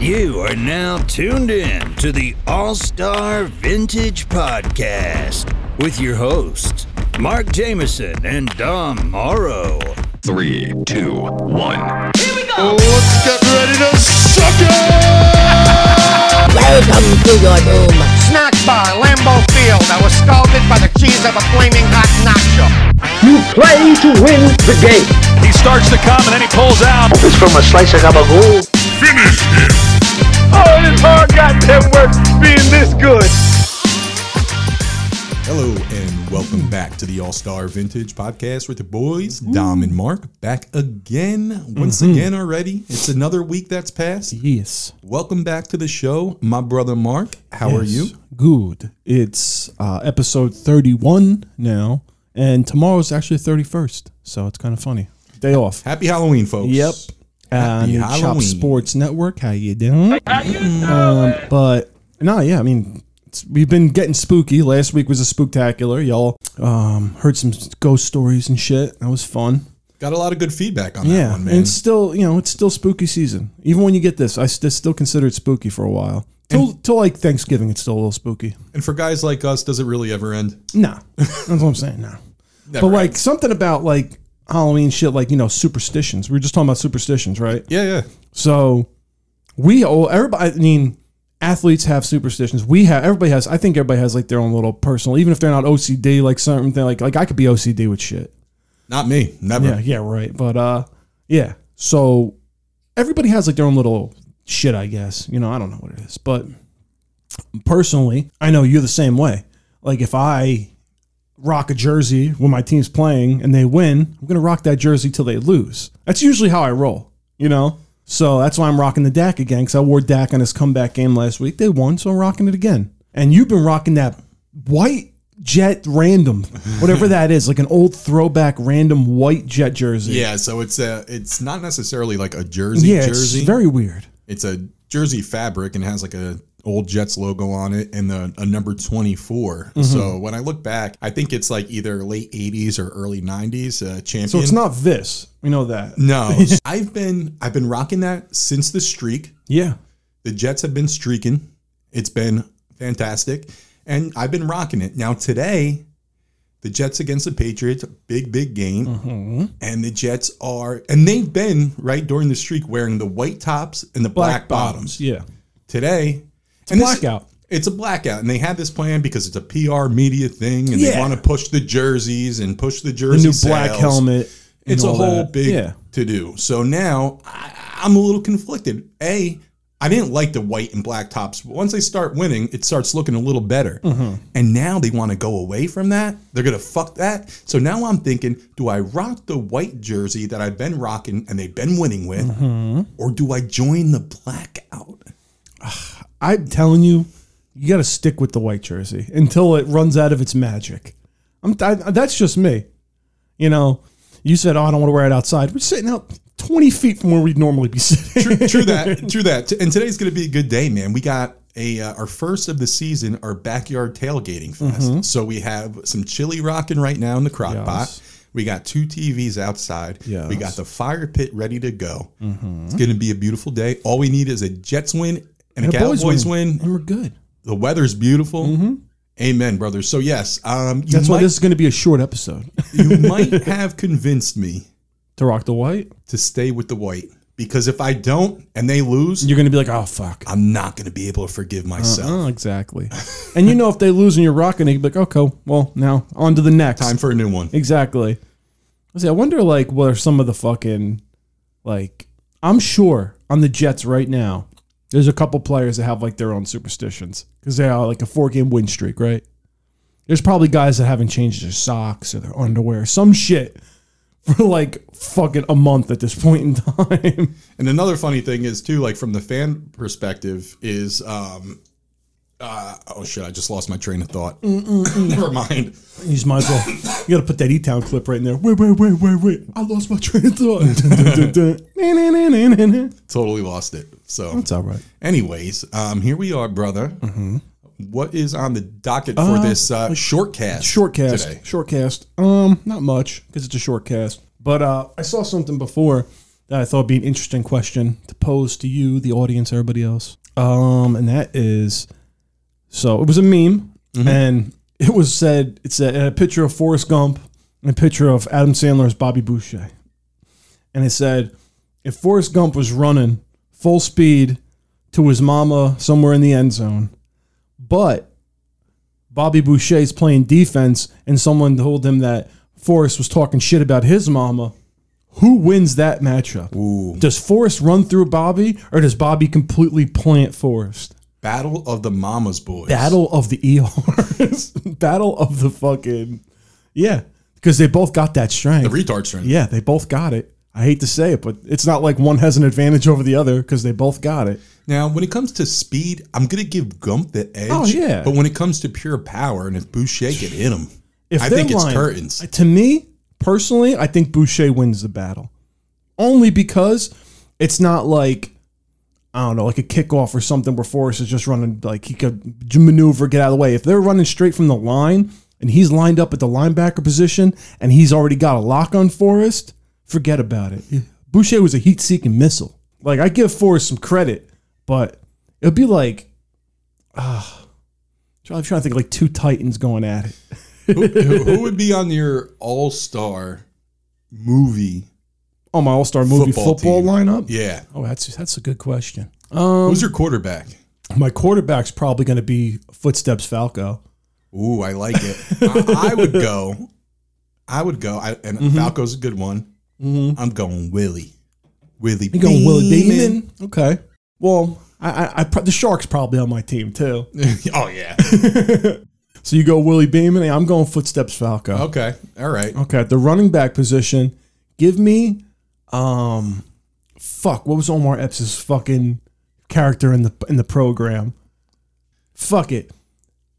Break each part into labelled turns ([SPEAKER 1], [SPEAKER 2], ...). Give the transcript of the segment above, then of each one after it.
[SPEAKER 1] You are now tuned in to the All Star Vintage Podcast with your hosts, Mark Jameson and Dom Morrow.
[SPEAKER 2] Three, two, one.
[SPEAKER 3] Let's get ready to suck
[SPEAKER 4] Welcome to your room.
[SPEAKER 5] Snack bar, Lambeau Field. I was scalded by the cheese of a flaming hot nacho.
[SPEAKER 6] You play to win the game.
[SPEAKER 7] He starts to come and then he pulls out.
[SPEAKER 6] It's from a slice of gabagool.
[SPEAKER 3] Oh, it's hard goddamn work being this good.
[SPEAKER 8] Hello and welcome back to the All Star Vintage Podcast with the boys, Dom and Mark, back again, once
[SPEAKER 9] Mm-hmm.
[SPEAKER 8] again already. It's another week that's passed.
[SPEAKER 9] Yes.
[SPEAKER 8] Welcome back to the show, my brother Mark. How are you?
[SPEAKER 9] Yes. Good. It's uh, episode 31 now, and tomorrow's actually 31st, so it's kind of funny. Day off.
[SPEAKER 8] Happy Halloween, folks.
[SPEAKER 9] Yep. On
[SPEAKER 8] Happy
[SPEAKER 9] the
[SPEAKER 8] Halloween.
[SPEAKER 9] Chop Sports Network. How you doing? Um, but, no, yeah, I mean, it's, we've been getting spooky. Last week was a spooktacular. Y'all um, heard some ghost stories and shit. That was fun.
[SPEAKER 8] Got a lot of good feedback on that
[SPEAKER 9] Yeah,
[SPEAKER 8] one,
[SPEAKER 9] and
[SPEAKER 8] man.
[SPEAKER 9] it's still you know it's still spooky season. Even when you get this, I st- still consider it spooky for a while. Till, till like Thanksgiving, it's still a little spooky.
[SPEAKER 8] and for guys like us, does it really ever end?
[SPEAKER 9] Nah, that's what I'm saying. Nah,
[SPEAKER 8] Never
[SPEAKER 9] but like
[SPEAKER 8] ends.
[SPEAKER 9] something about like Halloween shit, like you know superstitions. We were just talking about superstitions, right?
[SPEAKER 8] yeah, yeah.
[SPEAKER 9] So we all everybody. I mean, athletes have superstitions. We have everybody has. I think everybody has like their own little personal, even if they're not OCD, like certain thing. Like like I could be OCD with shit.
[SPEAKER 8] Not me. Never.
[SPEAKER 9] Yeah, yeah, right. But uh, yeah. So everybody has like their own little shit, I guess. You know, I don't know what it is, but personally, I know you're the same way. Like if I rock a jersey when my team's playing and they win, I'm gonna rock that jersey till they lose. That's usually how I roll. You know. So that's why I'm rocking the Dak again because I wore Dak on his comeback game last week. They won, so I'm rocking it again. And you've been rocking that white jet random, whatever that is, like an old throwback random white jet jersey.
[SPEAKER 8] Yeah, so it's a, it's not necessarily like a jersey
[SPEAKER 9] yeah,
[SPEAKER 8] jersey.
[SPEAKER 9] it's very weird.
[SPEAKER 8] it's a jersey fabric and has like a old Jets logo on it and the, a number 24.
[SPEAKER 9] Mm-hmm.
[SPEAKER 8] So when I look back, I think it's like either late 80s or early 90s uh, champion.
[SPEAKER 9] So it's not this. We know that.
[SPEAKER 8] No, I've been I've been rocking that since the streak.
[SPEAKER 9] Yeah.
[SPEAKER 8] The Jets have been streaking. It's been fantastic, and I've been rocking it. Now today, the Jets against the Patriots, big big game,
[SPEAKER 9] Mm-hmm.
[SPEAKER 8] and the Jets are and they've been right during the streak wearing the white tops and the black, bottoms
[SPEAKER 9] Yeah.
[SPEAKER 8] today. It's
[SPEAKER 9] a blackout.
[SPEAKER 8] it's a blackout, and they had this plan because it's a PR media thing, and they
[SPEAKER 9] Yeah.
[SPEAKER 8] want to push the jerseys and push the
[SPEAKER 9] The
[SPEAKER 8] jersey
[SPEAKER 9] new black
[SPEAKER 8] sales.
[SPEAKER 9] helmet. and
[SPEAKER 8] It's a
[SPEAKER 9] all
[SPEAKER 8] whole
[SPEAKER 9] that.
[SPEAKER 8] big
[SPEAKER 9] Yeah.
[SPEAKER 8] to do. So now I, I'm a little conflicted. A, I didn't like the white and black tops. But once they start winning, it starts looking a little better.
[SPEAKER 9] Mm-hmm.
[SPEAKER 8] And now they want to go away from that. They're gonna fuck that. So now I'm thinking, do I rock the white jersey that I've been rocking and they've been winning with,
[SPEAKER 9] Mm-hmm.
[SPEAKER 8] or do I join the blackout?
[SPEAKER 9] I'm telling you, you got to stick with the white jersey until it runs out of its magic. I'm I, that's just me. You know, you said, "Oh, I don't want to wear it outside." We're sitting out 20 feet from where we'd normally be sitting.
[SPEAKER 8] true, true that. True that. And today's going to be a good day, man. We got a uh, our first of the season, our backyard tailgating fest. So we have some chili rocking right now in the crock pot. We got two TVs outside.
[SPEAKER 9] Yes.
[SPEAKER 8] We got the fire pit ready to go. It's going to be a beautiful day. All we need is a Jets win and, a Cowboys win. Mm-hmm.
[SPEAKER 9] and we're good.
[SPEAKER 8] The weather's beautiful. Amen, brothers. So yes, um, you
[SPEAKER 9] That's why
[SPEAKER 8] might
[SPEAKER 9] this is going to be a short episode.
[SPEAKER 8] you might have convinced me
[SPEAKER 9] to rock the white,
[SPEAKER 8] to stay with the white because if I don't and they lose,
[SPEAKER 9] you're going to be like, "Oh, fuck."
[SPEAKER 8] I'm not going to be able to forgive myself.
[SPEAKER 9] Oh, exactly. and you know, if they lose and you're rocking it, you'd be like, "Okay, well, now on to the next."
[SPEAKER 8] Time for a new one.
[SPEAKER 9] Exactly. I see. I wonder, like, what are some of the fucking, like, I'm sure on the Jets right now, there's a couple players that have like their own superstitions because they are like a four game win streak, right? There's probably guys that haven't changed their socks or their underwear, some shit for like fucking a month at this point in time.
[SPEAKER 8] And another funny thing is too, like from the fan perspective, is um, uh, oh shit, I just lost my train of thought.
[SPEAKER 9] Mm,
[SPEAKER 8] Never mind.
[SPEAKER 9] you just might as well, you got to put that E Town clip right in there. Wait, wait, wait, wait, wait. I lost my train of thought. It's
[SPEAKER 8] Totally lost it. So,
[SPEAKER 9] all right. Mm-hmm.
[SPEAKER 8] anyways, um, here we are, brother. What is on the docket for this uh, short cast?
[SPEAKER 9] short cast
[SPEAKER 8] today?
[SPEAKER 9] short cast um not much because it's a short cast but uh i saw something before that I thought would be an interesting question to pose to you, the audience, everybody else. Um, and that is, so it was a meme, and it was said it's a, a picture of Forrest Gump and a picture of Adam Sandler's Bobby Boucher, and it said if Forrest Gump was running full speed to his mama somewhere in the end zone, but Bobby Boucher's playing defense and someone told him that Forrest was talking shit about his mama, who wins that matchup? Does Forrest run through Bobby or does Bobby completely plant Forrest?
[SPEAKER 8] Battle of the Mamas Boys.
[SPEAKER 9] Battle of the ERs. Battle of the fucking. Yeah, because they both got that strength.
[SPEAKER 8] The retard strength.
[SPEAKER 9] yeah, they both got it. I hate to say it, but it's not like one has an advantage over the other because they both got it.
[SPEAKER 8] Now, when it comes to speed, I'm gonna give Gump the edge.
[SPEAKER 9] Oh, yeah.
[SPEAKER 8] But when it comes to pure power, and if Boucher could hit him,
[SPEAKER 9] If
[SPEAKER 8] I
[SPEAKER 9] they're
[SPEAKER 8] think it's
[SPEAKER 9] lying-
[SPEAKER 8] curtains.
[SPEAKER 9] I- To me, personally, I think Boucher wins the battle. Only because it's not like I don't know, like a kickoff or something where Forrest is just running like he could j- maneuver, get out of the way. If they're running straight from the line and he's lined up at the linebacker position and he's already got a lock on Forrest, forget about it. Boucher was a heat seeking missile. Like I give Forrest some credit, but it'd be like ah, I'm trying to think like two Titans going at it.
[SPEAKER 8] who, who would be on your All Star movie?
[SPEAKER 9] Oh, my All Star movie
[SPEAKER 8] Football
[SPEAKER 9] football,
[SPEAKER 8] team.
[SPEAKER 9] lineup.
[SPEAKER 8] Yeah.
[SPEAKER 9] Oh, that's that's a good question.
[SPEAKER 8] Who's your quarterback?
[SPEAKER 9] My quarterback's probably going to be Footsteps Falco.
[SPEAKER 8] Ooh, I like it. I, I would go. I would go. I, and
[SPEAKER 9] Mm-hmm.
[SPEAKER 8] Falco's a good one. I'm going Willie. Willie.
[SPEAKER 9] You going Will Demon? Okay. Well, I, I, I pro- the Sharks probably on my team too.
[SPEAKER 8] oh yeah.
[SPEAKER 9] So you go Willie Beeman. and I'm going Footsteps Falco.
[SPEAKER 8] Okay. All right.
[SPEAKER 9] Okay, at the running back position, give me, um, fuck, what was Omar Epps' fucking character in the in the program? Fuck it,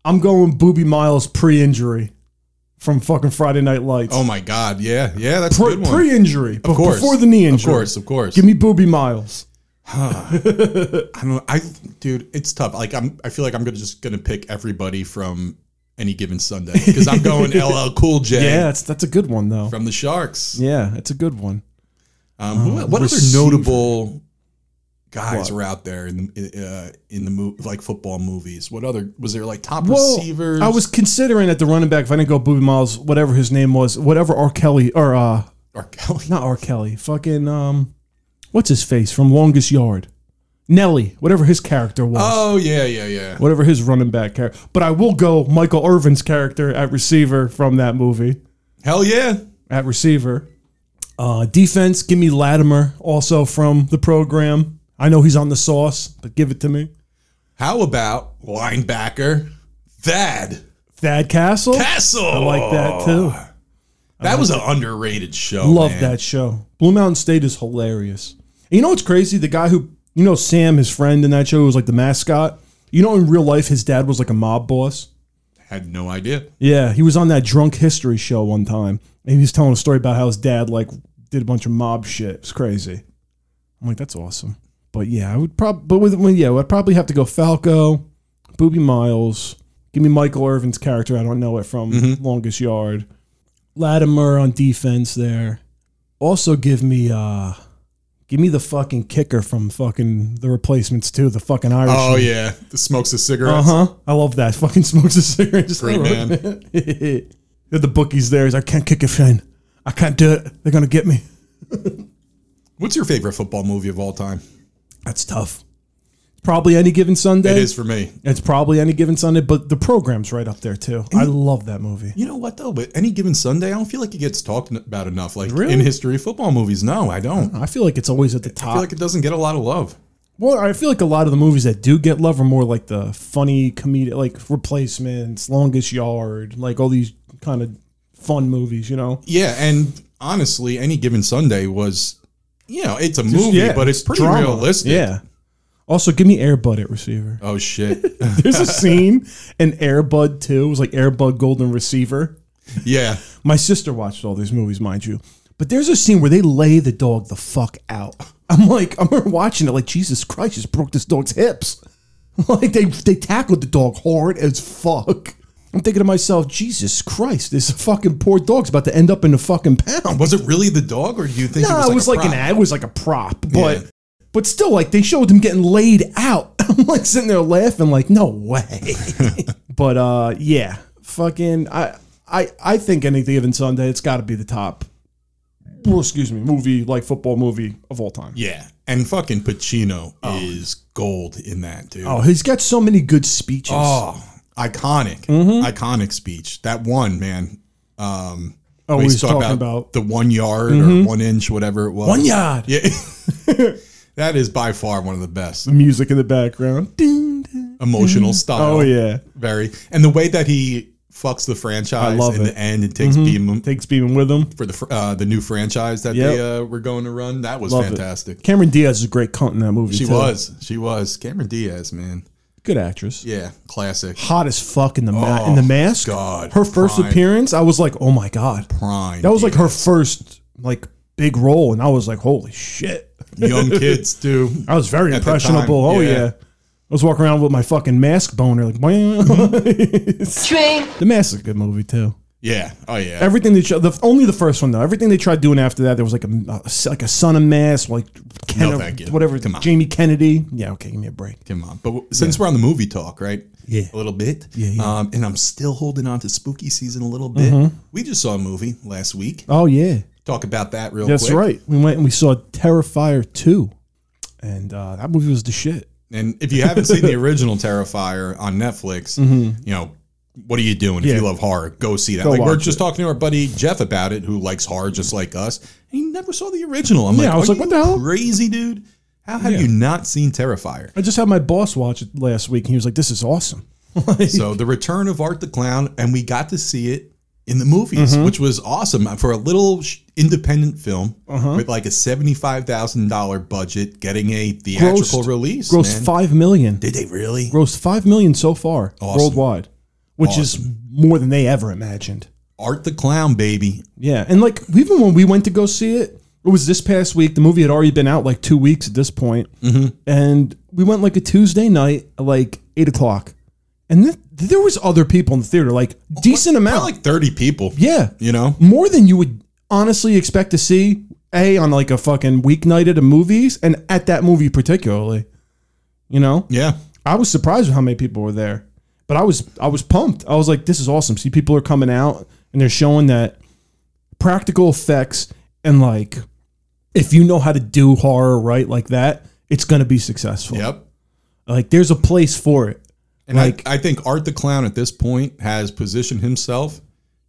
[SPEAKER 9] I'm going Booby Miles pre-injury from fucking Friday Night Lights.
[SPEAKER 8] Oh my God. Yeah. Yeah. That's a
[SPEAKER 9] pre,
[SPEAKER 8] good one.
[SPEAKER 9] pre-injury,
[SPEAKER 8] of course.
[SPEAKER 9] before the knee injury.
[SPEAKER 8] Of course. Of course.
[SPEAKER 9] give me Booby Miles.
[SPEAKER 8] I don't. I dude, it's tough. Like I'm. I feel like I'm gonna just gonna pick everybody from any given Sunday because I'm going LL Cool J
[SPEAKER 9] Yeah, that's that's a good one though.
[SPEAKER 8] from the Sharks.
[SPEAKER 9] Yeah, it's a good one.
[SPEAKER 8] Um, who- what other
[SPEAKER 9] receiver.
[SPEAKER 8] notable guys were out there in the, uh, in the mo- like football movies? What other was there like top
[SPEAKER 9] Well,
[SPEAKER 8] receivers?
[SPEAKER 9] I was considering at the running back if I didn't go Booby Miles, whatever his name was, whatever R. Kelly or uh,
[SPEAKER 8] R. Kelly.
[SPEAKER 9] not R. Kelly. Fucking um, what's his face from Longest Yard? Nelly, whatever his character was,
[SPEAKER 8] Oh yeah, yeah, yeah.
[SPEAKER 9] whatever his running back character. But I will go Michael Irvin's character at receiver from that movie
[SPEAKER 8] Hell yeah.
[SPEAKER 9] at receiver. Uh, defense, give me Latimer also from the program. I know he's on the sauce, but give it to me.
[SPEAKER 8] How about linebacker Thad
[SPEAKER 9] Thad Castle,
[SPEAKER 8] Castle?
[SPEAKER 9] I like that too.
[SPEAKER 8] That was an underrated show.
[SPEAKER 9] Love
[SPEAKER 8] man.
[SPEAKER 9] that show. Blue Mountain State is hilarious. And you know what's crazy? The guy who you know Sam, his friend in that show, was like the mascot. You know, in real life, his dad was like a mob boss.
[SPEAKER 8] Had no idea.
[SPEAKER 9] Yeah, he was on that drunk history show one time, and he was telling a story about how his dad like did a bunch of mob shit. It's crazy. I'm like, that's awesome. But yeah, I would probably, but with well, yeah, I'd probably have to go Falco, Booby Miles. Give me Michael Irvin's character. I don't know it from Longest Yard. Latimer on defense there. Also, give me uh, give me the fucking kicker from fucking the replacements too. The fucking Irish.
[SPEAKER 8] Oh yeah, the smokes a cigarette.
[SPEAKER 9] Uh huh. I love that. Fucking smokes a cigarette. Just
[SPEAKER 8] Great man.
[SPEAKER 9] the bookies there is I can't kick a fin. I can't do it. They're gonna get me.
[SPEAKER 8] What's your favorite football movie of all time?
[SPEAKER 9] That's tough. Probably any given Sunday.
[SPEAKER 8] It is for me.
[SPEAKER 9] It's probably any given Sunday, but the program's right up there too. I love that movie.
[SPEAKER 8] You know what though? But any given Sunday, I don't feel like it gets talked about enough. Like
[SPEAKER 9] Really?
[SPEAKER 8] in history of football movies, no, I don't. I
[SPEAKER 9] I feel like it's always at the top.
[SPEAKER 8] feel like it doesn't get a lot of love.
[SPEAKER 9] well, I feel like a lot of the movies that do get love are more like the funny comedic, like replacements, Longest Yard, like all these kind of fun movies. You know,
[SPEAKER 8] Yeah, and honestly, any given Sunday was, you know, it's a movie,
[SPEAKER 9] Yeah,
[SPEAKER 8] but it's pretty
[SPEAKER 9] drama.
[SPEAKER 8] realistic.
[SPEAKER 9] Yeah. Also, give me Air Bud at receiver.
[SPEAKER 8] Oh shit.
[SPEAKER 9] There's a scene in Airbud 2. It was like Airbud Golden Receiver.
[SPEAKER 8] yeah.
[SPEAKER 9] My sister watched all these movies, mind you. But there's a scene where they lay the dog the fuck out. I'm like, I'm watching it like, Jesus Christ, just broke this dog's hips. Like, they, they tackled the dog hard as fuck. I'm thinking to myself, Jesus Christ, this fucking poor dog's about to end up in the fucking pound.
[SPEAKER 8] Was it really the dog, or do you think
[SPEAKER 9] no,
[SPEAKER 8] it was like, a
[SPEAKER 9] an
[SPEAKER 8] prop?
[SPEAKER 9] ad. It was like a prop, but
[SPEAKER 8] Yeah.
[SPEAKER 9] but still, like they showed them getting laid out. I'm like sitting there laughing, like no way. but uh, yeah, fucking, I I I think any given Sunday, it's got to be the top. Well, excuse me, movie like football movie of all time.
[SPEAKER 8] Yeah, and fucking Pacino is gold in that dude.
[SPEAKER 9] Oh, he's got so many good speeches.
[SPEAKER 8] Oh, iconic, iconic speech. That one, man. Um,
[SPEAKER 9] Oh,
[SPEAKER 8] when
[SPEAKER 9] he's
[SPEAKER 8] he's talking
[SPEAKER 9] talking about-
[SPEAKER 8] the one yard or one inch, whatever it was.
[SPEAKER 9] One yard.
[SPEAKER 8] Yeah. that is by far one of the best
[SPEAKER 9] Music in the background. Ding, ding.
[SPEAKER 8] emotional style.
[SPEAKER 9] Oh yeah,
[SPEAKER 8] Very. And the way that he fucks the franchise
[SPEAKER 9] I love
[SPEAKER 8] in
[SPEAKER 9] it. Mm-hmm.
[SPEAKER 8] the end and takes Beam
[SPEAKER 9] takes Beeman with him.
[SPEAKER 8] for the fr- uh, the new franchise that
[SPEAKER 9] Yep.
[SPEAKER 8] they uh, were going to run. That was
[SPEAKER 9] Love it.
[SPEAKER 8] fantastic.
[SPEAKER 9] Cameron Diaz is a great cunt in that movie.
[SPEAKER 8] She
[SPEAKER 9] too.
[SPEAKER 8] was. She was. Cameron Diaz, man.
[SPEAKER 9] good actress.
[SPEAKER 8] Yeah, classic.
[SPEAKER 9] hot as fuck in the ma-
[SPEAKER 8] Oh,
[SPEAKER 9] in the mask.
[SPEAKER 8] God,
[SPEAKER 9] her first
[SPEAKER 8] prime.
[SPEAKER 9] appearance, I was like, oh my god,
[SPEAKER 8] Prime.
[SPEAKER 9] that was like her
[SPEAKER 8] Diaz.
[SPEAKER 9] first like big role, and I was like, holy shit,
[SPEAKER 8] young kids too.
[SPEAKER 9] I was very
[SPEAKER 8] At the
[SPEAKER 9] impressionable.
[SPEAKER 8] time,
[SPEAKER 9] oh yeah.
[SPEAKER 8] yeah.
[SPEAKER 9] I was walking around with my fucking mask boner, like
[SPEAKER 8] Mm-hmm.
[SPEAKER 9] the mask is a good movie too.
[SPEAKER 8] Yeah. Oh yeah.
[SPEAKER 9] Everything they showed, the only the first one though. Everything they tried doing after that, there was like a, a like a son of mask, like Ken- uh,
[SPEAKER 8] No, thank you.
[SPEAKER 9] whatever,
[SPEAKER 8] Come on.
[SPEAKER 9] Jamie Kennedy. Yeah, okay, give me a break.
[SPEAKER 8] Come on. But w- since we're on the movie talk, right?
[SPEAKER 9] Yeah.
[SPEAKER 8] A little bit.
[SPEAKER 9] Yeah, yeah. Mm-hmm.
[SPEAKER 8] Um, and I'm still holding on to spooky season a little bit. We just saw a movie last week.
[SPEAKER 9] Oh yeah,
[SPEAKER 8] Talk about that real
[SPEAKER 9] that's
[SPEAKER 8] quick.
[SPEAKER 9] right. We went and we saw Terrifier two, and uh, that movie was the shit.
[SPEAKER 8] And if you haven't seen the original Terrifier on Netflix, you know, what are you doing if
[SPEAKER 9] Mm-hmm. Yeah.
[SPEAKER 8] you love horror? Go see that.
[SPEAKER 9] Go
[SPEAKER 8] like we're
[SPEAKER 9] watch
[SPEAKER 8] just talking to our buddy Jeff about it, who likes horror just like us. And he never saw the original. I'm
[SPEAKER 9] Yeah,
[SPEAKER 8] like,
[SPEAKER 9] I was
[SPEAKER 8] are
[SPEAKER 9] like, what
[SPEAKER 8] you
[SPEAKER 9] the hell?
[SPEAKER 8] Crazy dude. How have
[SPEAKER 9] Yeah.
[SPEAKER 8] you not seen Terrifier?
[SPEAKER 9] I just had my boss watch it last week, and he was like, "This is awesome."
[SPEAKER 8] So the return of Art the Clown, and we got to see it in the movies,
[SPEAKER 9] Mm-hmm.
[SPEAKER 8] which was awesome for a little sh- independent film
[SPEAKER 9] Uh-huh.
[SPEAKER 8] with like a seventy-five thousand dollar budget, getting a theatrical
[SPEAKER 9] Grossed-
[SPEAKER 8] release.
[SPEAKER 9] Grossed
[SPEAKER 8] man.
[SPEAKER 9] five million.
[SPEAKER 8] Did they really?
[SPEAKER 9] Grossed five million so far
[SPEAKER 8] Awesome.
[SPEAKER 9] worldwide, which is more than they ever imagined.
[SPEAKER 8] Art the Clown, baby.
[SPEAKER 9] Yeah, and like even when we went to go see it, it was this past week. The movie had already been out like two weeks at this point,
[SPEAKER 8] Mm-hmm.
[SPEAKER 9] and we went like a Tuesday night, at, like eight o'clock, and th- there was other people in the theater, like decent amount.
[SPEAKER 8] Probably like thirty people.
[SPEAKER 9] yeah,
[SPEAKER 8] you know.
[SPEAKER 9] more than you would honestly expect to see a on like a fucking weeknight at a movies and at that movie particularly you know
[SPEAKER 8] Yeah,
[SPEAKER 9] i was surprised with how many people were there but i was i was pumped i was like this is awesome see people are coming out and they're showing that practical effects and like if you know how to do horror right like that it's going to be successful
[SPEAKER 8] yep.
[SPEAKER 9] like there's a place for it
[SPEAKER 8] And
[SPEAKER 9] Like-
[SPEAKER 8] I, I think Art the Clown at this point has positioned himself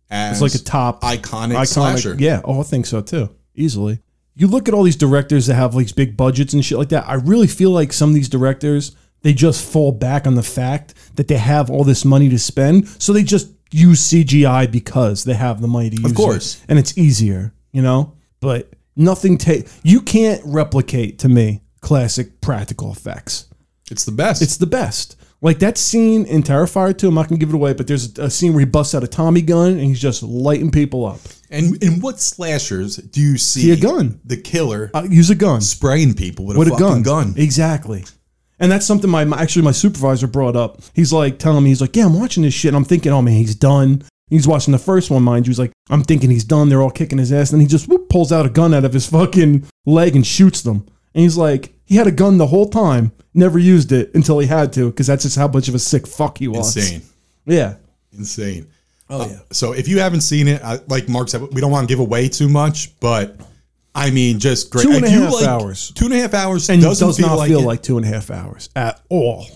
[SPEAKER 8] as
[SPEAKER 9] It's like a top
[SPEAKER 8] iconic, slasher.
[SPEAKER 9] Yeah, oh, I think so too. Easily. You look at all these directors that have like big budgets and shit like that. I really feel like some of these directors they just fall back on the fact that they have all this money to spend, so they just use CGI because they have the money to use. it.
[SPEAKER 8] course.
[SPEAKER 9] and it's easier, you know. But nothing take you can't replicate to me classic practical effects.
[SPEAKER 8] It's the best.
[SPEAKER 9] It's the best. Like that scene in Terrifier 2, I'm not gonna give it away, but there's a scene where he busts out a Tommy gun and he's just lighting people up.
[SPEAKER 8] and in what slashers do you see,
[SPEAKER 9] a gun.
[SPEAKER 8] The killer
[SPEAKER 9] Uh, use a gun.
[SPEAKER 8] spraying people with,
[SPEAKER 9] with
[SPEAKER 8] a,
[SPEAKER 9] a
[SPEAKER 8] fucking gun.
[SPEAKER 9] gun. Exactly. And that's something my, my actually my supervisor brought up. He's like telling me, he's like, yeah, I'm watching this shit. And I'm thinking, oh man, he's done. He's watching the first one, mind you. He's like, I'm thinking he's done. They're all kicking his ass. And he just whoop, pulls out a gun out of his fucking leg and shoots them. And he's like, he had a gun the whole time, never used it until he had to, because that's just how much of a sick fuck he was.
[SPEAKER 8] Insane.
[SPEAKER 9] Yeah. Uh,
[SPEAKER 8] Insane. Oh, yeah. So if you haven't seen it, I, like Mark said, we don't want to give away too much, but I mean, just great.
[SPEAKER 9] Two and
[SPEAKER 8] If
[SPEAKER 9] a
[SPEAKER 8] you
[SPEAKER 9] half
[SPEAKER 8] like-
[SPEAKER 9] hours.
[SPEAKER 8] Two and a half hours
[SPEAKER 9] And
[SPEAKER 8] doesn't
[SPEAKER 9] does
[SPEAKER 8] feel
[SPEAKER 9] not
[SPEAKER 8] like,
[SPEAKER 9] feel
[SPEAKER 8] it.
[SPEAKER 9] like two and a half hours at all.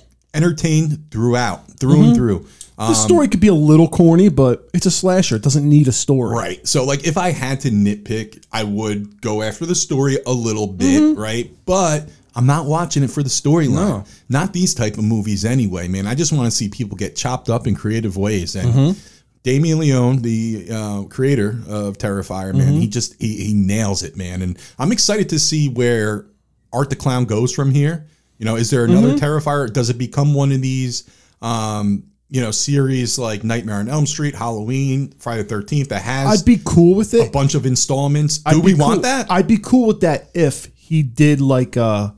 [SPEAKER 8] entertained throughout, through
[SPEAKER 9] Mm-hmm.
[SPEAKER 8] and through.
[SPEAKER 9] the story could be a little corny, but it's a slasher. It doesn't need a story.
[SPEAKER 8] Right. So, like, if I had to nitpick, I would go after the story a little bit, right? But I'm not watching it for the storyline. Not these type of movies, anyway, man. I just want to see people get chopped up in creative ways. And Damien Leone, the uh, creator of Terrifier, man, he just he, he nails it, man. And I'm excited to see where Art the Clown goes from here. You know, is there another Terrifier? Does it become one of these, um, you know, series like Nightmare on Elm Street, Halloween, Friday the 13th that has
[SPEAKER 9] I'd be cool with it.
[SPEAKER 8] a bunch of installments? Do
[SPEAKER 9] I'd
[SPEAKER 8] we
[SPEAKER 9] be
[SPEAKER 8] want
[SPEAKER 9] cool-
[SPEAKER 8] that?
[SPEAKER 9] I'd be cool with that if he did like a uh,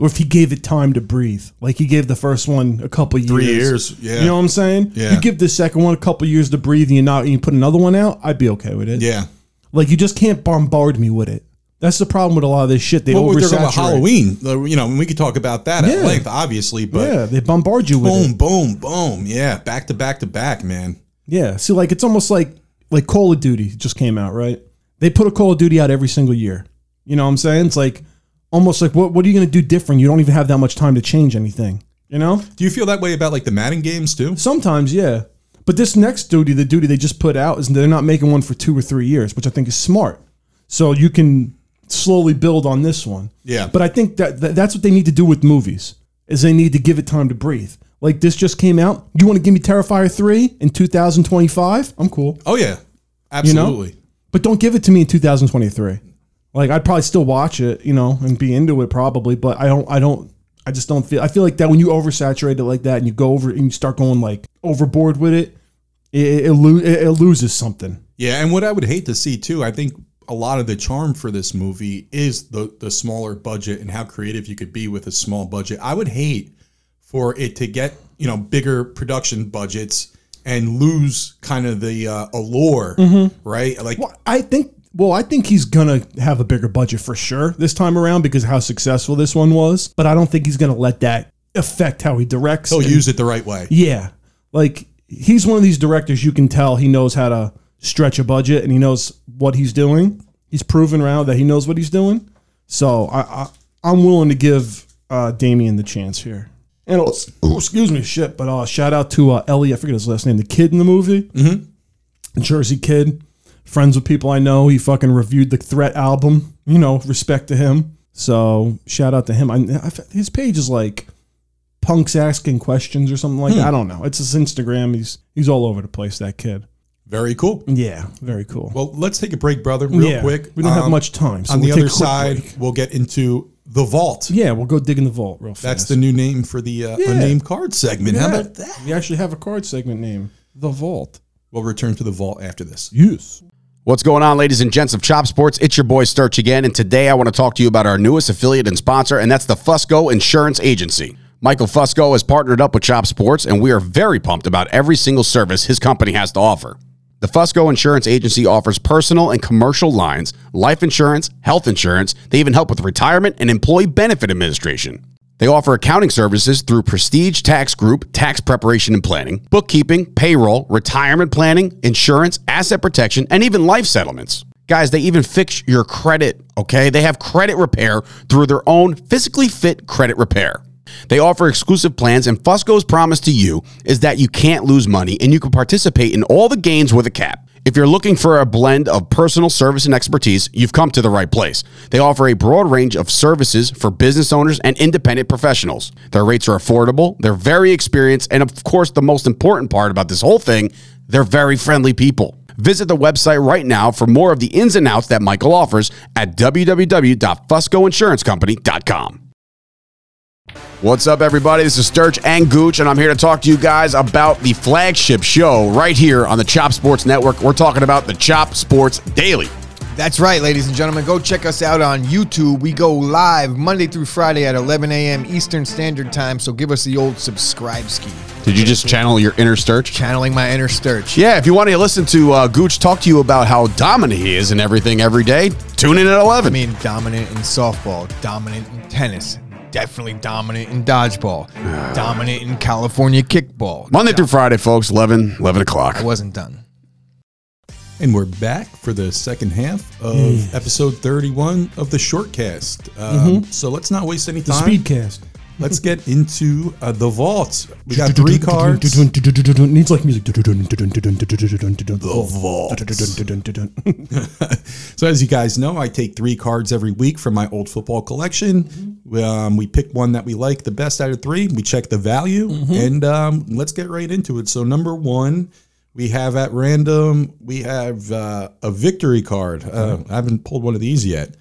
[SPEAKER 9] or if he gave it time to breathe. Like he gave the first one a couple years.
[SPEAKER 8] Three years, yeah.
[SPEAKER 9] You know what I'm saying?
[SPEAKER 8] Yeah.
[SPEAKER 9] You give the second one a couple years to breathe and you not and you put another one out, I'd be okay with it.
[SPEAKER 8] Yeah.
[SPEAKER 9] Like you just can't bombard me with it. That's the problem with a lot of this shit. They
[SPEAKER 8] Well, we're talking
[SPEAKER 9] oversaturate.
[SPEAKER 8] about Halloween. uh, You know, and we could talk about that
[SPEAKER 9] Yeah.
[SPEAKER 8] at length, obviously, but
[SPEAKER 9] Yeah, they bombard you with it.
[SPEAKER 8] boom, boom, boom. Yeah. Back to back to back, man.
[SPEAKER 9] Yeah. See, like it's almost like like Call of Duty just came out, right? They put a Call of Duty out every single year. You know what I'm saying? It's like almost like what what are you gonna do different? You don't even have that much time to change anything. You know?
[SPEAKER 8] Do you feel that way about like the Madden games too?
[SPEAKER 9] Sometimes, yeah. But this next duty, the duty they just put out, is they're not making one for two or three years, which I think is smart. So you can slowly build on this one.
[SPEAKER 8] Yeah.
[SPEAKER 9] But I think that, that that's what they need to do with movies is they need to give it time to breathe. Like this just came out. You want to give me Terrifier three in 2025? I'm cool.
[SPEAKER 8] Oh, yeah. Absolutely.
[SPEAKER 9] But don't give it to me in 2023. Like I'd probably still watch it, you know, and be into it probably, but I don't I don't I just don't feel I feel like that when you oversaturate it like that and you go over and you start going like overboard with it, it it, lo- it, it loses something.
[SPEAKER 8] Yeah, and what I would hate to see too, I think a lot of the charm for this movie is the the smaller budget and how creative you could be with a small budget. I would hate for it to get you know bigger production budgets and lose kind of the uh, allure,
[SPEAKER 9] Mm-hmm.
[SPEAKER 8] right? Like,
[SPEAKER 9] Well, I think well, I think he's gonna have a bigger budget for sure this time around because of how successful this one was, but I don't think he's gonna let that affect how he directs.
[SPEAKER 8] he'll
[SPEAKER 9] and-
[SPEAKER 8] Oh, use it the right way.
[SPEAKER 9] Yeah. Like he's one of these directors you can tell he knows how to stretch a budget and he knows what he's doing. He's proven around that he knows what he's doing. So I, I I'm willing to give uh Damien the chance here. And also, oh, excuse me, shit. But uh, shout out to uh, Ellie. I forget his last name. The kid in the movie, mm-hmm. Jersey kid, friends with people I know. He fucking reviewed the Threat album. You know, respect to him. So shout out to him. I, I, his page is like punks asking questions or something like that. I don't know. It's his Instagram. He's he's all over the place. That kid.
[SPEAKER 8] Very cool.
[SPEAKER 9] Yeah, very cool.
[SPEAKER 8] Well, let's take a break, brother, real
[SPEAKER 9] Yeah,
[SPEAKER 8] quick.
[SPEAKER 9] we don't have
[SPEAKER 8] Um,
[SPEAKER 9] much time. So
[SPEAKER 8] on
[SPEAKER 9] we'll
[SPEAKER 8] the
[SPEAKER 9] take a
[SPEAKER 8] other
[SPEAKER 9] quick
[SPEAKER 8] side,
[SPEAKER 9] break.
[SPEAKER 8] we'll get into the vault.
[SPEAKER 9] yeah, we'll go dig in the vault real fast.
[SPEAKER 8] That's the new name for the uh,
[SPEAKER 9] Yeah.
[SPEAKER 8] unnamed card segment. How
[SPEAKER 9] Yeah.
[SPEAKER 8] about that?
[SPEAKER 9] We actually have a card segment name, the vault.
[SPEAKER 8] We'll return to the vault after this.
[SPEAKER 9] Yes.
[SPEAKER 4] What's going on, ladies and gents of Chop Sports? It's your boy Sturch again, and today I want to talk to you about our newest affiliate and sponsor, and that's the Fusco Insurance Agency. Michael Fusco has partnered up with Chop Sports, and we are very pumped about every single service his company has to offer. The Fusco Insurance Agency offers personal and commercial lines, life insurance, health insurance. They even help with retirement and employee benefit administration. They offer accounting services through Prestige Tax Group, tax preparation and planning, bookkeeping, payroll, retirement planning, insurance, asset protection, and even life settlements. Guys, they even fix your credit, okay? They have credit repair through their own physically fit credit repair. They offer exclusive plans, and Fusco's promise to you is that you can't lose money and you can participate in all the gains with a cap. If you're looking for a blend of personal service and expertise, you've come to the right place. They offer a broad range of services for business owners and independent professionals. Their rates are affordable, they're very experienced, and of course, the most important part about this whole thing, they're very friendly people. Visit the website right now for more of the ins and outs that Michael offers at www.fuscoinsurancecompany.com. What's up, everybody? This is Sturch and Gooch, and I'm here to talk to you guys about the flagship show right here on the Chop Sports Network. We're talking about the Chop Sports Daily.
[SPEAKER 10] That's right, ladies and gentlemen. Go check us out on YouTube. We go live Monday through Friday at 11 a.m. Eastern Standard Time. So give us the old subscribe ski.
[SPEAKER 4] Did you just channel your inner Sturch?
[SPEAKER 10] Channeling my inner Sturch.
[SPEAKER 4] Yeah, if you want to listen to uh, Gooch talk to you about how dominant he is in everything every day, tune in at 11.
[SPEAKER 10] I mean, dominant in softball, dominant in tennis, definitely dominant in dodgeball, dominant in California kickball.
[SPEAKER 4] Monday through Friday, folks, 11, 11 o'clock.
[SPEAKER 10] I wasn't done.
[SPEAKER 8] And we're back for the second half of episode 31 of the shortcast. Um, So let's not waste any
[SPEAKER 9] Mm-hmm. The
[SPEAKER 8] time.
[SPEAKER 9] speedcast.
[SPEAKER 8] Let's get into uh, the vault. We got three cards.
[SPEAKER 9] Needs like music. The
[SPEAKER 8] vault. So as you guys know, I take three cards every week from my old football collection. Um, we pick one that we like the best out of three. We check the value, and um, let's get right into it. So number one, we have at random. We have uh, a victory card. Uh, I haven't pulled one of these yet.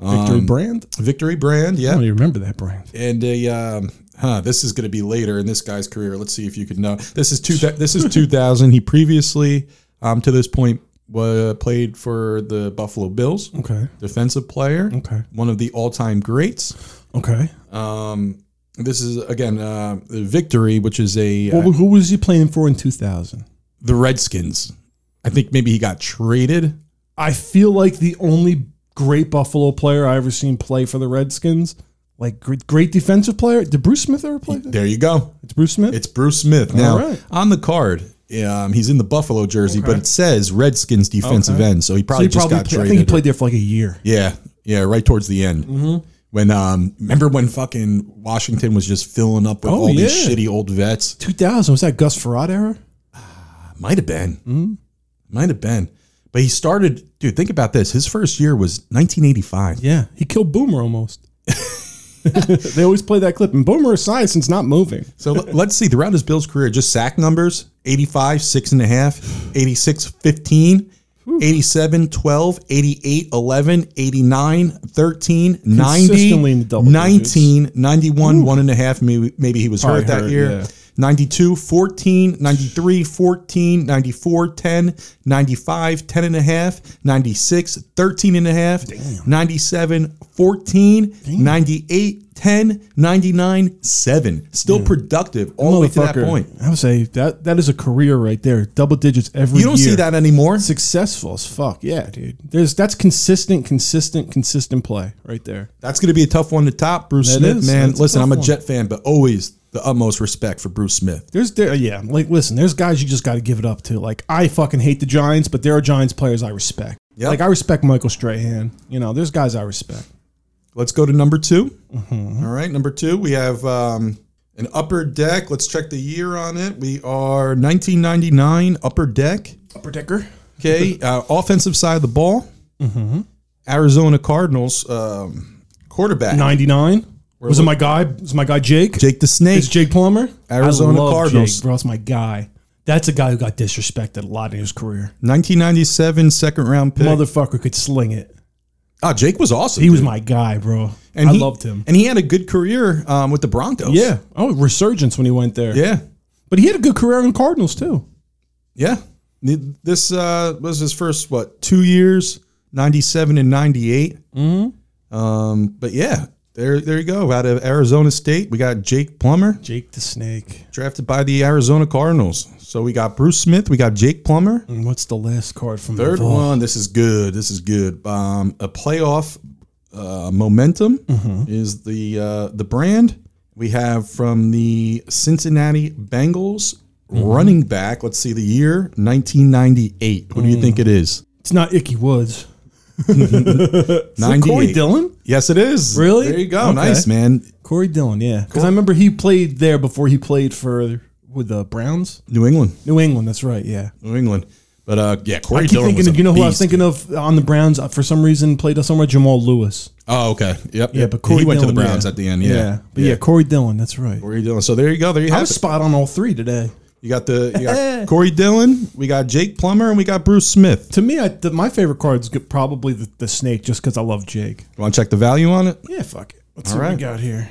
[SPEAKER 9] Victory brand.
[SPEAKER 8] Victory brand,
[SPEAKER 9] Um, I
[SPEAKER 8] yeah,
[SPEAKER 9] don't even remember that brand.
[SPEAKER 8] and a. Um, Huh, this is going to be later in this guy's career. Let's see if you could know. This is two. This is two thousand. He previously, um, to this point, wa played for the Buffalo Bills
[SPEAKER 9] Okay.
[SPEAKER 8] defensive player,
[SPEAKER 9] Okay.
[SPEAKER 8] one of the all-time greats.
[SPEAKER 9] Okay.
[SPEAKER 8] Um, this is again uh, victory, which is a uh,
[SPEAKER 9] Well, who was he playing for in 2000?
[SPEAKER 8] the Redskins. I think maybe he got traded.
[SPEAKER 9] I feel like the only great Buffalo player I ever seen play for the Redskins, like great, great defensive player. Did Bruce Smith ever play?
[SPEAKER 8] There you go.
[SPEAKER 9] It's Bruce Smith.
[SPEAKER 8] It's Bruce Smith. Now
[SPEAKER 9] right.
[SPEAKER 8] on the card, um, he's in the Buffalo jersey, but it says Redskins defensive end, so he
[SPEAKER 9] So
[SPEAKER 8] probably
[SPEAKER 9] he
[SPEAKER 8] just
[SPEAKER 9] probably
[SPEAKER 8] got
[SPEAKER 9] played, I
[SPEAKER 8] traded.
[SPEAKER 9] think he played Mm-hmm. there for like a year.
[SPEAKER 8] Yeah, yeah, right towards the end. When um, remember when fucking Washington was just filling up with
[SPEAKER 9] Oh,
[SPEAKER 8] all these
[SPEAKER 9] yeah.
[SPEAKER 8] shitty old vets?
[SPEAKER 9] 2000 was that Gus Farad era?
[SPEAKER 8] Might have been,
[SPEAKER 9] Mm-hmm.
[SPEAKER 8] might have been. But he started, dude. Think about this. His first year was 1985.
[SPEAKER 9] Yeah, he killed Boomer almost. they always play that clip, and Boomer is since not moving.
[SPEAKER 8] So l- let's see throughout his Bills career, just sack numbers 85, 6.5, 86, 15, 87, 12, 88, 11, 89, 13, 90,
[SPEAKER 9] Consistently in the double
[SPEAKER 8] 19, 91, 1.5. Maybe, maybe he was
[SPEAKER 9] Probably
[SPEAKER 8] hurt that
[SPEAKER 9] hurt,
[SPEAKER 8] year.
[SPEAKER 9] yeah.
[SPEAKER 8] 92, 14, 93, 14, 94, 10, 95, 10 and a half, 96, 13 and a half, 97, 14, 98, 10, 99, 7. Still productive all the way to that
[SPEAKER 9] Motherfucker.
[SPEAKER 8] point.
[SPEAKER 9] I would say that that is a career right there. Double digits every
[SPEAKER 8] You don't see
[SPEAKER 9] year.
[SPEAKER 8] that anymore.
[SPEAKER 9] Successful as fuck. Yeah, dude. There's that's consistent, consistent, consistent play right there.
[SPEAKER 8] That's going to be a tough one to top, Bruce
[SPEAKER 9] That
[SPEAKER 8] Smith,
[SPEAKER 9] is.
[SPEAKER 8] man.
[SPEAKER 9] That's a
[SPEAKER 8] Listen,
[SPEAKER 9] tough
[SPEAKER 8] I'm a
[SPEAKER 9] one.
[SPEAKER 8] Jet fan, but always the utmost respect for Bruce Smith.
[SPEAKER 9] There's there yeah, like listen, there's guys you just gotta give it up to. Like I fucking hate the Giants, but there are Giants players I respect.
[SPEAKER 8] Yep.
[SPEAKER 9] Like I respect Michael Strahan. You know, there's guys I respect.
[SPEAKER 8] Let's go to number 2
[SPEAKER 9] Mm-hmm.
[SPEAKER 8] All right, number two, we have um, an upper deck. Let's check the year on it. We are 1999 upper deck.
[SPEAKER 9] Upper Decker.
[SPEAKER 8] Okay, uh, offensive side of the ball.
[SPEAKER 9] Mm-hmm.
[SPEAKER 8] Arizona Cardinals um, quarterback
[SPEAKER 9] Ninety nine. Was it my guy? Was my guy Jake?
[SPEAKER 8] Jake the Snake.
[SPEAKER 9] It's Jake Plummer.
[SPEAKER 8] Arizona Cardinals.
[SPEAKER 9] Jake, bro, it's my guy. That's a guy who got disrespected a lot in his career.
[SPEAKER 8] 1997 second round pick.
[SPEAKER 9] Motherfucker could sling it.
[SPEAKER 8] Ah, Jake was awesome.
[SPEAKER 9] He was
[SPEAKER 8] dude.
[SPEAKER 9] my guy, bro.
[SPEAKER 8] And
[SPEAKER 9] I
[SPEAKER 8] he-
[SPEAKER 9] loved him.
[SPEAKER 8] and he had a good career um, with the Broncos.
[SPEAKER 9] Yeah. Oh, resurgence when he went there.
[SPEAKER 8] yeah,
[SPEAKER 9] But he had a good career in Cardinals too.
[SPEAKER 8] yeah. The- This uh, was his first what two years, 97 and 98. Um, but yeah, there there you go. Out of Arizona State, we got Jake Plummer.
[SPEAKER 9] Jake the Snake.
[SPEAKER 8] drafted by the Arizona Cardinals. So we got Bruce Smith, we got Jake Plummer.
[SPEAKER 9] And what's the last card from
[SPEAKER 8] Third
[SPEAKER 9] the vault?
[SPEAKER 8] one, this is good. This is good. Um, a playoff uh, momentum
[SPEAKER 9] Mm-hmm.
[SPEAKER 8] is the uh, the brand we have from the Cincinnati Bengals
[SPEAKER 9] Mm-hmm.
[SPEAKER 8] running back. Let's see the year 1998. Who do you think it
[SPEAKER 9] Mm.
[SPEAKER 8] is?
[SPEAKER 9] It's not Icky Woods. Corey
[SPEAKER 8] 98.
[SPEAKER 9] Dillon?
[SPEAKER 8] Yes, it is.
[SPEAKER 9] Really?
[SPEAKER 8] There you go.
[SPEAKER 9] Okay.
[SPEAKER 8] Nice man.
[SPEAKER 9] Corey Dillon, yeah. Because I remember he played there before he played for with the Browns.
[SPEAKER 8] New England.
[SPEAKER 9] New England, that's right, yeah.
[SPEAKER 8] New England. But uh, yeah, Corey
[SPEAKER 9] I keep
[SPEAKER 8] Dillon was
[SPEAKER 9] thinking
[SPEAKER 8] a
[SPEAKER 9] of, you know who I was
[SPEAKER 8] beast.
[SPEAKER 9] thinking of on the Browns uh, for some reason played somewhere? Jamal Lewis.
[SPEAKER 8] Oh, okay. Yep.
[SPEAKER 9] Yeah, but Corey
[SPEAKER 8] he went
[SPEAKER 9] Dillon,
[SPEAKER 8] to the Browns
[SPEAKER 9] yeah.
[SPEAKER 8] at the end. Yeah.
[SPEAKER 9] But yeah. Corey Dillon, that's right.
[SPEAKER 8] Corey Dillon. So there you go. There you
[SPEAKER 9] I
[SPEAKER 8] have
[SPEAKER 9] was
[SPEAKER 8] it.
[SPEAKER 9] spot on all three today.
[SPEAKER 8] You got the you got Corey Dillon. We got Jake Plummer, and we got Bruce Smith.
[SPEAKER 9] To me, I, the, my favorite card is probably the, the snake just because I love Jake.
[SPEAKER 8] You want to check the value on it?
[SPEAKER 9] Yeah, fuck it. Let's
[SPEAKER 8] All
[SPEAKER 9] see what
[SPEAKER 8] right.
[SPEAKER 9] we got here.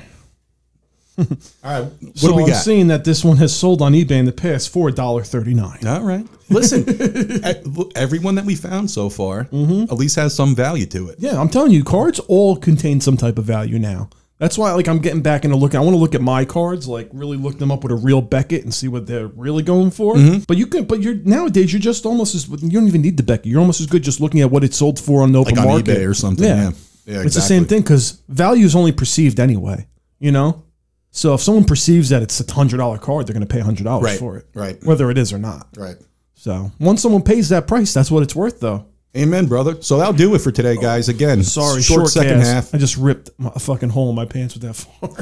[SPEAKER 8] All right. What
[SPEAKER 9] so
[SPEAKER 8] do we
[SPEAKER 9] I'm
[SPEAKER 8] got?
[SPEAKER 9] seeing that this one has sold on eBay in the past for $1.39.
[SPEAKER 8] All right. Listen, e- everyone that we found so far
[SPEAKER 9] Mm-hmm.
[SPEAKER 8] at least has some value to it.
[SPEAKER 9] Yeah, I'm telling you, cards all contain some type of value now. That's why, like, I'm getting back into looking. I want to look at my cards, like, really look them up with a real Beckett and see what they're really going for.
[SPEAKER 8] Mm-hmm.
[SPEAKER 9] But you can, but you're nowadays, you're just almost as you don't even need the Beckett. You're almost as good just looking at what it sold for on the open
[SPEAKER 8] Like on
[SPEAKER 9] market
[SPEAKER 8] eBay or something, yeah. Yeah,
[SPEAKER 9] it's the same
[SPEAKER 8] exactly.
[SPEAKER 9] thing because value is only perceived anyway. You know, so if someone perceives that it's a hundred dollar card, they're going to pay hundred dollars
[SPEAKER 8] Right,
[SPEAKER 9] for it,
[SPEAKER 8] right.
[SPEAKER 9] Whether it is or not.
[SPEAKER 8] Right.
[SPEAKER 9] So once someone pays that price, that's what it's worth, though.
[SPEAKER 8] Amen, brother. So that'll do it for today, guys. Again,
[SPEAKER 9] Sorry,
[SPEAKER 8] short, second
[SPEAKER 9] cast.
[SPEAKER 8] half.
[SPEAKER 9] I just ripped my, a fucking hole in my pants with that fork.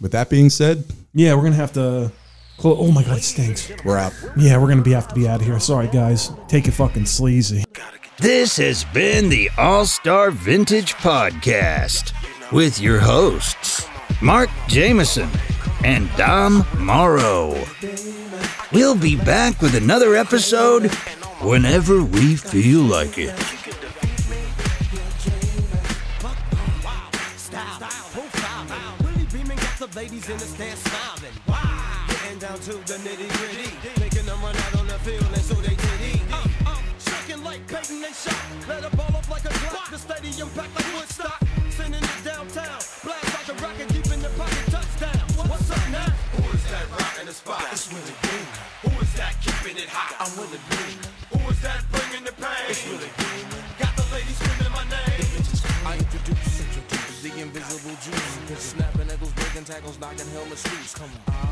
[SPEAKER 8] With that being said,
[SPEAKER 9] yeah, we're gonna have to. Close. Oh my god, it stinks.
[SPEAKER 8] we're out.
[SPEAKER 9] Yeah, we're gonna be have to be out of here. Sorry, guys. Take it fucking sleazy.
[SPEAKER 1] This has been the All Star Vintage Podcast with your hosts, Mark Jameson and Dom Morrow. We'll be back with another episode whenever we feel like it.
[SPEAKER 5] Stadium packed like Woodstock, sending it downtown, blast like a rocket, keeping the power.
[SPEAKER 11] That's Willie Beam. Who is that keeping it hot? I'm Willie Beam. Who is that bringing the pain? It's Willie Beam. Got the ladies screaming my name. I introduce, introduce the invisible juice. Snapping ankles, breaking tackles, knocking helmets loose. Come on.